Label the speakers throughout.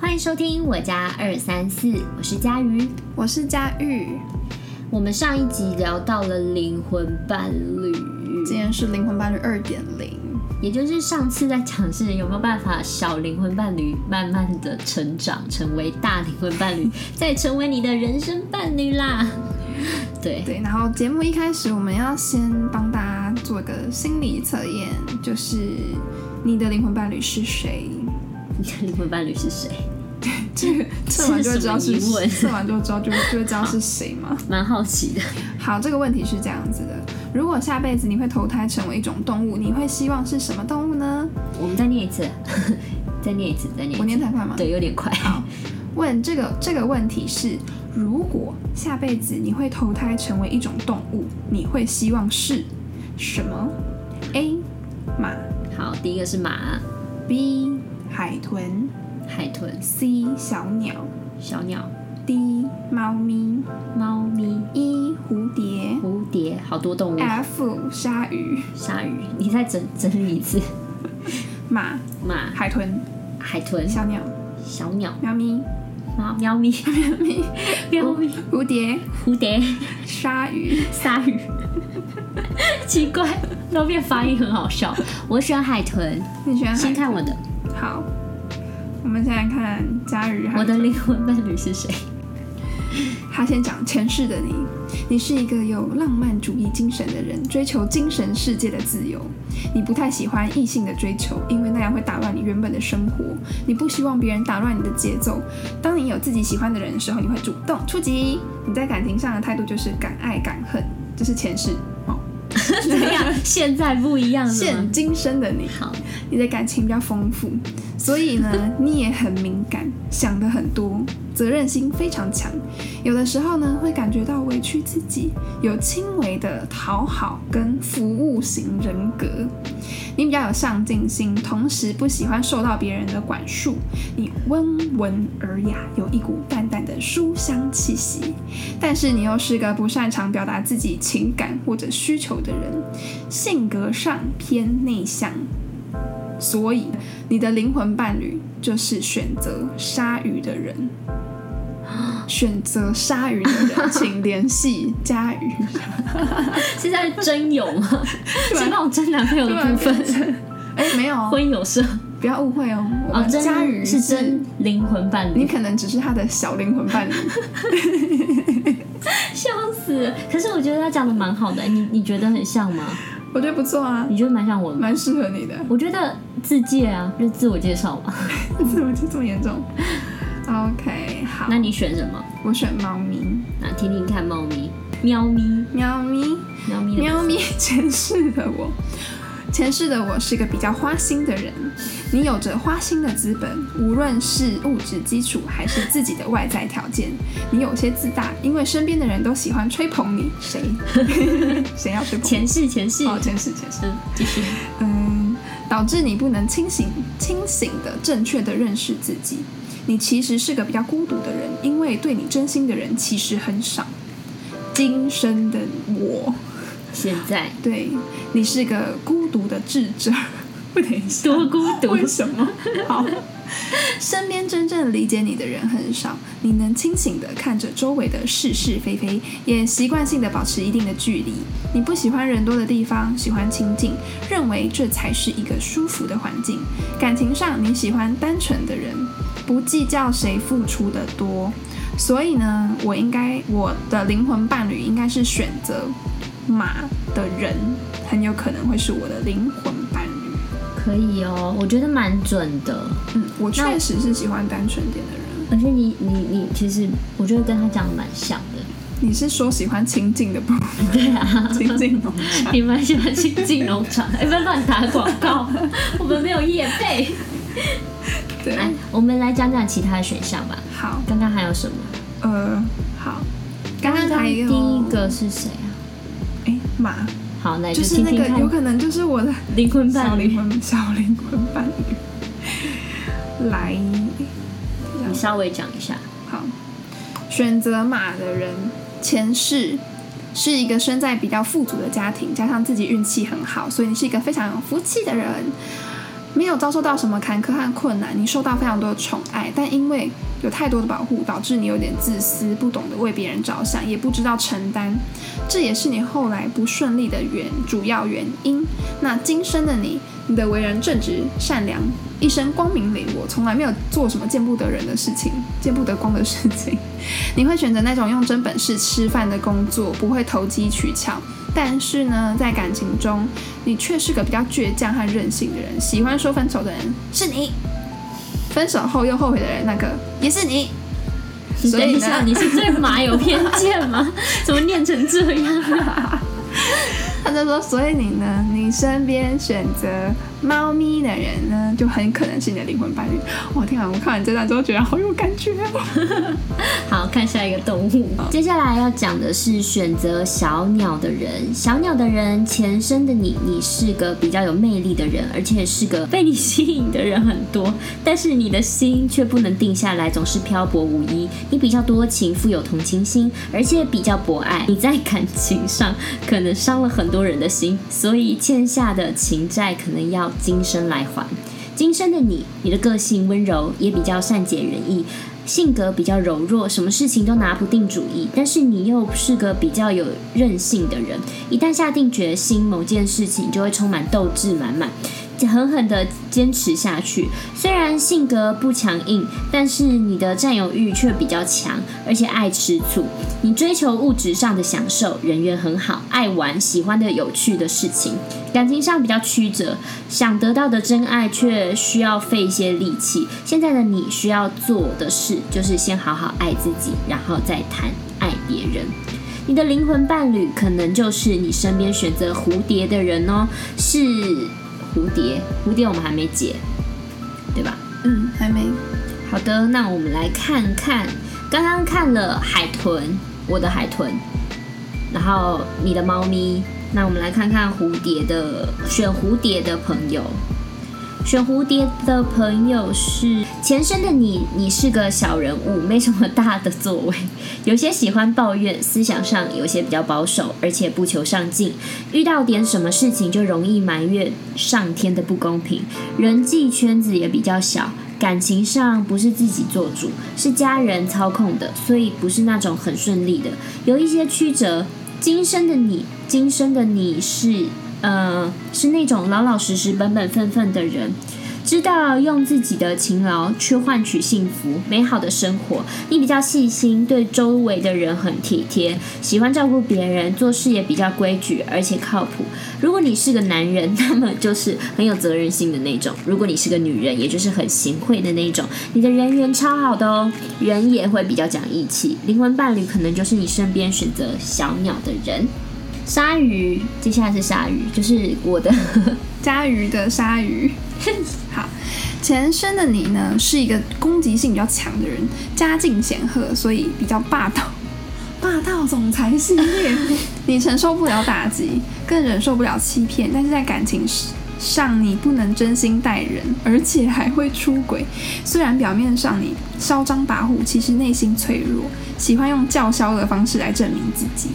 Speaker 1: 欢迎收听我家二三四，我是佳瑜。
Speaker 2: 我是佳玉，
Speaker 1: 我们上一集聊到了灵魂伴侣，
Speaker 2: 今天是灵魂伴侣二点零，
Speaker 1: 也就是上次在讲是有没有办法小灵魂伴侣慢慢的成长，成为大灵魂伴 侣，再成为你的人生伴侣啦。对，
Speaker 2: 对。然后节目一开始，我们要先帮大家做个心理测验，就是你的灵魂伴侣是 谁？
Speaker 1: 你的灵魂伴侣是谁？
Speaker 2: 这个测完就会知道
Speaker 1: 这
Speaker 2: 是
Speaker 1: 是什么疑问
Speaker 2: 测完就知道就会就会知道是谁吗？
Speaker 1: 蛮好奇的。
Speaker 2: 好，这个问题是这样子的：如果下辈子你会投胎成为一种动物，你会希望是什么动物呢？
Speaker 1: 我们再念一次， 再念一次，再念
Speaker 2: 我
Speaker 1: 一次。
Speaker 2: 念太快吗？
Speaker 1: 对，有点快。
Speaker 2: 问这个这个问题是：如果下辈子你会投胎成为一种动物，你会希望是什么？A. 马
Speaker 1: 好，第一个是马、
Speaker 2: B. 海豚
Speaker 1: 海豚、
Speaker 2: C. 小鸟
Speaker 1: 小鸟、
Speaker 2: D. 猫咪
Speaker 1: 猫咪、
Speaker 2: E. 蝴蝶
Speaker 1: 蝴蝶，好多动物。
Speaker 2: F. 鲨鱼
Speaker 1: 鲨鱼，你再整整理一次。
Speaker 2: 马
Speaker 1: 马、
Speaker 2: 海豚
Speaker 1: 海豚、
Speaker 2: 小鸟
Speaker 1: 小鸟、
Speaker 2: 喵咪
Speaker 1: 猫、喵咪、喵咪、喵咪、
Speaker 2: 蝴蝶
Speaker 1: 蝴蝶、
Speaker 2: 鲨鱼
Speaker 1: 鲨鱼。奇怪，那边发音很好笑。我选海豚，
Speaker 2: 你选
Speaker 1: 先
Speaker 2: 海
Speaker 1: 看我的，
Speaker 2: 好，我们现在看佳瑜海豚
Speaker 1: 我的灵魂伴侣 是谁？
Speaker 2: 他先讲前世的你，你是一个有浪漫主义精神的人，追求精神世界的自由。你不太喜欢异性的追求，因为那样会打乱你原本的生活。你不希望别人打乱你的节奏。当你有自己喜欢的人的时候，你会主动出击。你在感情上的态度就是敢爱敢恨，这是前世哦。
Speaker 1: 怎样？现在不一样了
Speaker 2: 现
Speaker 1: 吗？
Speaker 2: 今生的你，
Speaker 1: 好，
Speaker 2: 你的感情比较丰富，所以 呢，你也很敏感，想的很多，责任心非常强。有的时候呢，会感觉到委屈自己，有轻微的讨好跟服务型人格。你比较有上进心，同时不喜欢受到别人的管束。你温文尔雅，有一股淡淡的书香气息，但是你又是个不擅长表达自己情感或者需求的人，性格上偏内向，所以你的灵魂伴侣就是选择鲨鱼的人。选择鲨鱼的人，请联系 佳鱼。
Speaker 1: 是在真有 吗？是那种真男朋友的部分，
Speaker 2: 哎、没有哦，
Speaker 1: 婚友社
Speaker 2: 不要误会哦。我
Speaker 1: 哦，
Speaker 2: 们佳
Speaker 1: 真
Speaker 2: 鱼
Speaker 1: 是真灵魂伴
Speaker 2: 你
Speaker 1: 侣，
Speaker 2: 可能只是他的小灵魂 伴侣。
Speaker 1: 笑死！可是我觉得他讲的蛮好的，你你觉得很像吗？
Speaker 2: 我觉得不错啊，
Speaker 1: 你觉得蛮像我的吗？
Speaker 2: 蛮适合你的。
Speaker 1: 我觉得自介啊，就是自我介绍吧。
Speaker 2: 怎么就这么严重？OK，好，
Speaker 1: 那你选什么？
Speaker 2: 我选猫咪，
Speaker 1: 那听听看，猫咪，喵咪，
Speaker 2: 喵咪，
Speaker 1: 喵咪的，
Speaker 2: 喵咪， 前世的我，前世的我是个比较花心的人。你有着花心的资本，无论是物质基础还是自己的外在条件，你有些自大，因为身边的人都喜欢吹捧你。谁？ 谁要吹捧？
Speaker 1: 前世前世，
Speaker 2: 哦，前世前世。
Speaker 1: 嗯，继续。
Speaker 2: 嗯，导致你不能清醒、清醒的、正确的认识自己。你其实是个比较孤独的人，因为对你真心的人其实很少。今生的我，
Speaker 1: 现在
Speaker 2: 对你是个孤独的智者。 不等一下，
Speaker 1: 多孤独，
Speaker 2: 为什么？好，身边真正理解你的人很少，你能清醒的看着周围的是是非非，也习惯性的保持一定的距离。你不喜欢人多的地方，喜欢清静，认为这才是一个舒服的环境。感情上，你喜欢单纯的人，不计较谁付出的多。所以呢，我应该我的灵魂伴侣应该是选择马的人，很有可能会是我的灵魂伴侣。
Speaker 1: 可以哦，我觉得蛮准的。
Speaker 2: 嗯，我确实是喜欢单纯点的人。
Speaker 1: 而且你你你，其实我觉得跟他讲的蛮像 的。
Speaker 2: 你是说喜欢清静的部分？
Speaker 1: 对啊，
Speaker 2: 清静农场。
Speaker 1: 你蛮喜欢亲近农场，哎，不要乱打广 告，我们没有业配。
Speaker 2: 对，
Speaker 1: 来，我们来讲讲其他的选项吧。
Speaker 2: 好，
Speaker 1: 刚刚还有什么？
Speaker 2: 呃，好。刚刚
Speaker 1: 刚
Speaker 2: 还
Speaker 1: 第
Speaker 2: 有
Speaker 1: 一，个是谁啊？
Speaker 2: 哎，马，
Speaker 1: 好，那
Speaker 2: 就是
Speaker 1: 听
Speaker 2: 那
Speaker 1: 听
Speaker 2: 个
Speaker 1: 看
Speaker 2: 有可能就是我的
Speaker 1: 灵魂
Speaker 2: 小
Speaker 1: 伴
Speaker 2: 灵
Speaker 1: 侣。
Speaker 2: 魂小灵魂伴侣。来，
Speaker 1: 你稍微讲一下，
Speaker 2: 好，选择马的人前世是一个生在比较富足的家庭，加上自己运气很好，所以你是一个非常有福气的人。没有遭受到什么坎坷和困难，你受到非常多的宠爱，但因为有太多的保护，导致你有点自私，不懂得为别人着想，也不知道承担，这也是你后来不顺利的原主要原因。那今生的你，你的为人正直、善良，一生光明磊落，从来没有做什么见不得人的事情、见不得光的事情。你会选择那种用真本事吃饭的工作，不会投机取巧。但是呢，在感情中，你却是个比较倔强和任性的人，喜欢说分手的人是你，分手后又后悔的人那个也是你。
Speaker 1: 你
Speaker 2: 所
Speaker 1: 等
Speaker 2: 以
Speaker 1: 一
Speaker 2: 呢
Speaker 1: 下，你是对马有偏见吗？ 怎么念成这样？
Speaker 2: 他就说，所以你呢，你身边选择猫咪的人呢，就很可能是你的灵魂伴侣。我天啊，我看完这段之后觉得好有感觉哦。
Speaker 1: 好看下一个动物。接下来要讲的是选择小鸟的人。小鸟的人前身的你，你是个比较有魅力的人，而且是个被你吸引的人很多， 但是你的心却不能定下来，总是漂泊无依。你比较多情，富有同情心，而且比较博爱。你在感情上 可能伤了很多人的心，所以欠下的情债可能要今生来还。今生的你，你的个性温柔，也比较善解人意，性格比较柔弱，什么事情都拿不定主意。但是你又是个比较有韧性的人，一旦下定决心某件事情，就会充满斗志满满。狠狠地坚持下去。虽然性格不强硬，但是你的占有欲却比较强，而且爱吃醋。你追求物质上的享受，人缘很好，爱玩，喜欢的有趣的事情。感情上比较曲折，想得到的真爱却需要费一些力气。现在的你需要做的事，就是先好好爱自己，然后再谈爱别人。你的灵魂伴侣可能就是你身边选择蝴蝶的人哦，是蝴蝶，蝴蝶我们还没解，对吧？
Speaker 2: 嗯，还没。
Speaker 1: 好的，那我们来看看，刚刚看了海豚，我的海豚，然后你的猫咪，那我们来看看蝴蝶的，选蝴蝶的朋友。选蝴蝶的朋友是前身的你，你是个小人物，没什么大的作为，有些喜欢抱怨，思想上有些比较保守，而且不求上进，遇到点什么事情就容易埋怨上天的不公平，人际圈子也比较小。感情上不是自己做主，是家人操控的，所以不是那种很顺利的，有一些曲折。今生的你，今生的你是呃，是那种老老实实、本本分分的人，知道用自己的勤劳去换取幸福、美好的生活。你比较细心，对周围的人很体贴，喜欢照顾别人，做事也比较规矩，而且靠谱。如果你是个男人，那么就是很有责任心的那种；如果你是个女人，也就是很行贿的那种。你的人缘超好的哦，人也会比较讲义气。灵魂伴侣可能就是你身边选择小鸟的人。鲨鱼，接下来是鲨鱼，就是我的
Speaker 2: 鲨鱼的鲨鱼。 好，前身的你呢是一个攻击性比较强的人，家境显赫，所以比较霸道，霸道总裁系列。 你承受不了打击，更忍受不了欺骗，但是在感情上你不能真心待人，而且还会出轨。虽然表面上你嚣张跋扈，其实内心脆弱，喜欢用叫嚣的方式来证明自己。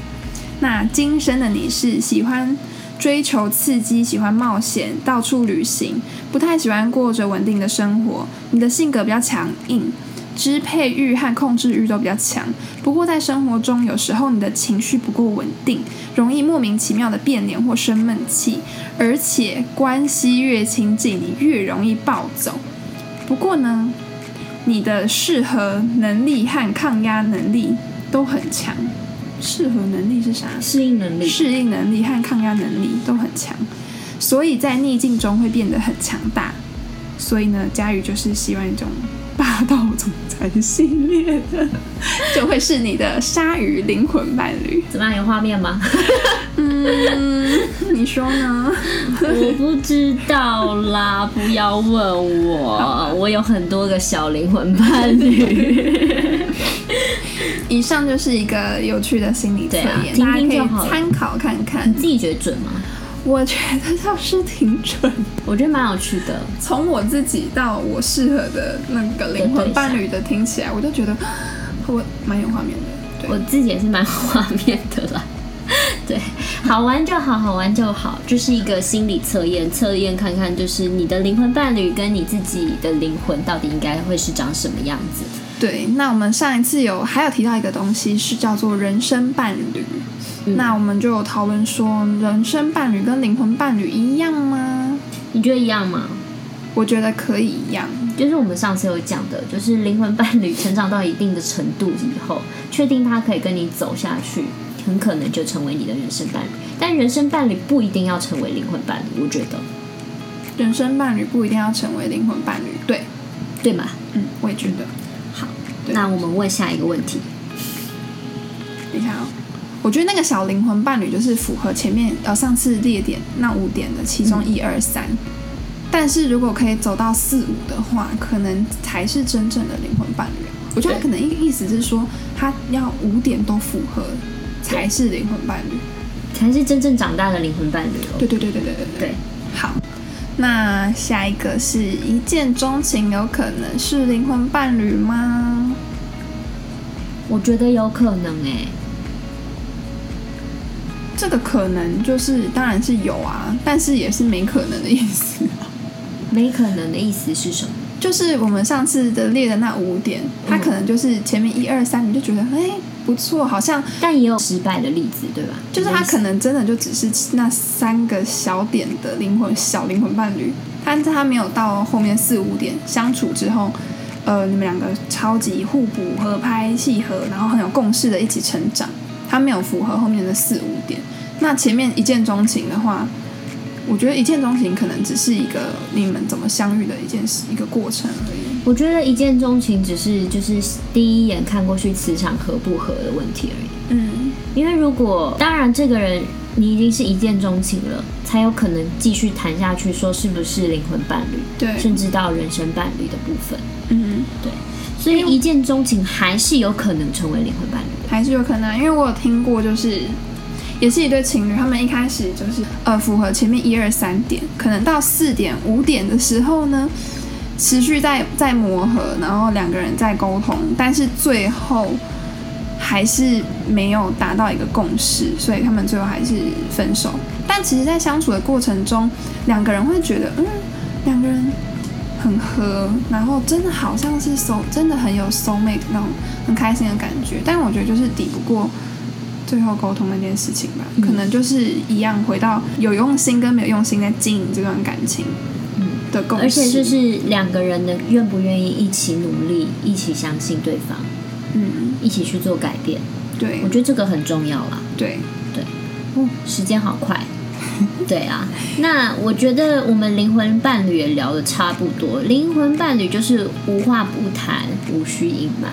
Speaker 2: 那今生的你是喜欢追求刺激，喜欢冒险，到处旅行，不太喜欢过着稳定的生活。你的性格比较强硬，支配欲和控制欲都比较强。不过在生活中，有时候你的情绪不够稳定，容易莫名其妙的变脸或生闷气，而且关系越亲近，你越容易暴走。不过呢，你的适合能力和抗压能力都很强。适合能力是啥？
Speaker 1: 适应能 力。
Speaker 2: 适应能力和抗压能力都很强，所以在逆境中会变得很强大。所以呢，佳宇就是喜欢这种霸道总裁系列的， 就会是你的鲨鱼灵魂伴侣。
Speaker 1: 怎么样？有画面吗？
Speaker 2: 嗯，你说呢？
Speaker 1: 我不知道啦，不要问我，我有很多个小灵魂伴侣。
Speaker 2: 以上就是一个有趣的心理测
Speaker 1: 对啊
Speaker 2: 验，
Speaker 1: 听
Speaker 2: 大家可
Speaker 1: 听就好
Speaker 2: 以
Speaker 1: 了
Speaker 2: 参考看看
Speaker 1: 你。自己觉得准吗？
Speaker 2: 我觉得倒是挺准
Speaker 1: 我觉得蛮有趣的。
Speaker 2: 从我自己到我适合的那个灵魂伴侣的听起来，我就 觉得我蛮有画面的。对，
Speaker 1: 我自己也是蛮有画面的啦。 对，好玩就好，好玩就好，就是一个心理测验，测验看看就是你的灵魂伴侣跟你自己的灵魂到底应该会是长什么样子。
Speaker 2: 对，那我们上一次有还有提到一个东西是叫做人生伴侣，那我们就有讨论说，人生伴侣跟灵魂伴侣一样吗？
Speaker 1: 你觉得一样吗？
Speaker 2: 我觉得可以一样。
Speaker 1: 就是我们上次有讲的，就是灵魂伴侣成长到一定的程度以后，确定他可以跟你走下去，很可能就成为你的人生伴侣。但人生伴侣不一定要成为灵魂伴侣，我觉得，
Speaker 2: 人生伴侣不一定要成为灵魂伴侣，对，
Speaker 1: 对吗？
Speaker 2: 嗯，我也觉得。
Speaker 1: 好，
Speaker 2: 对
Speaker 1: 那我们问下一个问题。
Speaker 2: 等一下哦，我觉得那个小灵魂伴侣就是符合前面呃上次列点那五点的其中一二三，但是如果可以走到四五的话，可能才是真正的灵魂伴侣。我觉得他可能意意思是说，他要五点都符合才是灵魂伴侣。
Speaker 1: 才是真正长大的灵魂伴侣哦。
Speaker 2: 对对对对对对对。
Speaker 1: 对，
Speaker 2: 好，那下一个是一见钟情，有可能是灵魂伴侣吗？
Speaker 1: 我觉得有可能哎、
Speaker 2: 这个可能就是当然是有啊，但是也是没可能的意思。
Speaker 1: 没可能的意思是什么？
Speaker 2: 就是我们上次的啊列的那五点，它可能就是前面一二三，你就觉得哎、不错，好像
Speaker 1: 但也有失败的例子，对吧？
Speaker 2: 就是他可能真的就只是那三个小点的灵魂小灵魂伴侣，但是他没有到后面四五点相处之后，呃，你们两个超级互补、合拍、契合，然后很有共识的一起成长，他没有符合后面的四五点。那前面一见钟情的话，我觉得一见钟情可能只是一个你们怎么相遇的一件事、一个过程而已。
Speaker 1: 我觉得一见钟情只是就是第一眼看过去磁场合不合的问题而已。
Speaker 2: 嗯，
Speaker 1: 因为如果当然这个人你已经是一见钟情了，才有可能继续谈下去，说是不是灵魂伴侣，
Speaker 2: 对，
Speaker 1: 甚至到人生伴侣的部分。
Speaker 2: 嗯。
Speaker 1: 所以一见钟情还是有可能成为灵魂伴侣的。
Speaker 2: 还是有可能啊、因为我有听过，就是也是一对情侣，他们一开始就是呃符合前面一二三点，可能到四点五点的时候呢，持续在在磨合，然后两个人在沟通，但是最后还是没有达到一个共识，所以他们最后还是分手。但其实，在相处的过程中，两个人会觉得，嗯，两个人很合，然后真的好像是 soul，真的很有 soul mate 那种很开心的感觉。但我觉得就是抵不过最后沟通那件事情吧，
Speaker 1: 嗯
Speaker 2: 可能就是一样回到有用心跟没有用心在经营这段感情
Speaker 1: 嗯，
Speaker 2: 的共识，
Speaker 1: 而且就是两个人的愿不愿意一起努力，一起相信对方，
Speaker 2: 嗯，
Speaker 1: 一起去做改变，
Speaker 2: 对
Speaker 1: 我觉得这个很重要啦。
Speaker 2: 对，
Speaker 1: 哦，时间好快。对啊，那我觉得我们灵魂伴侣也聊的差不多，灵魂伴侣就是无话不谈，无需隐瞒。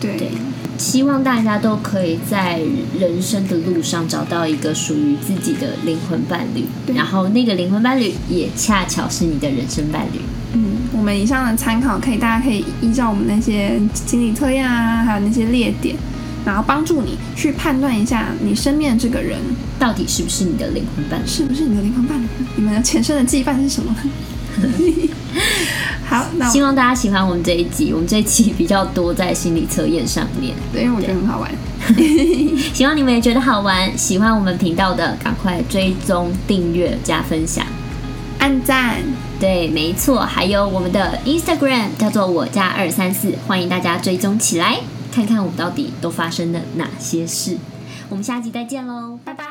Speaker 2: 对
Speaker 1: 对，希望大家都可以在人生的路上找到一个属于自己的灵魂伴侣，
Speaker 2: 对
Speaker 1: 然后那个灵魂伴侣也恰巧是你的人生伴侣。
Speaker 2: 嗯，我们以上的参考可以，大家可以依照我们那些心理测验啊，还有那些列点，然后帮助你去判断一下你身边的这个人
Speaker 1: 到底是不是你的灵魂伴侣？
Speaker 2: 是不是你的灵魂伴侣，你们的前生的羁绊是 什么？好，那
Speaker 1: 希
Speaker 2: 我
Speaker 1: 望大家喜欢我们这一集，我们这一集比较多在心理测验上面，
Speaker 2: 对，因为我觉得很好玩。
Speaker 1: 希望你们也觉得好玩。喜欢我们频道的，赶快追踪、订阅、加分享。
Speaker 2: 按赞，
Speaker 1: 对，没错，还有我们的 Instagram 叫做我家二三四，欢迎大家追踪起来，看看我们到底都发生了哪些事。我们下集再见喽，拜拜。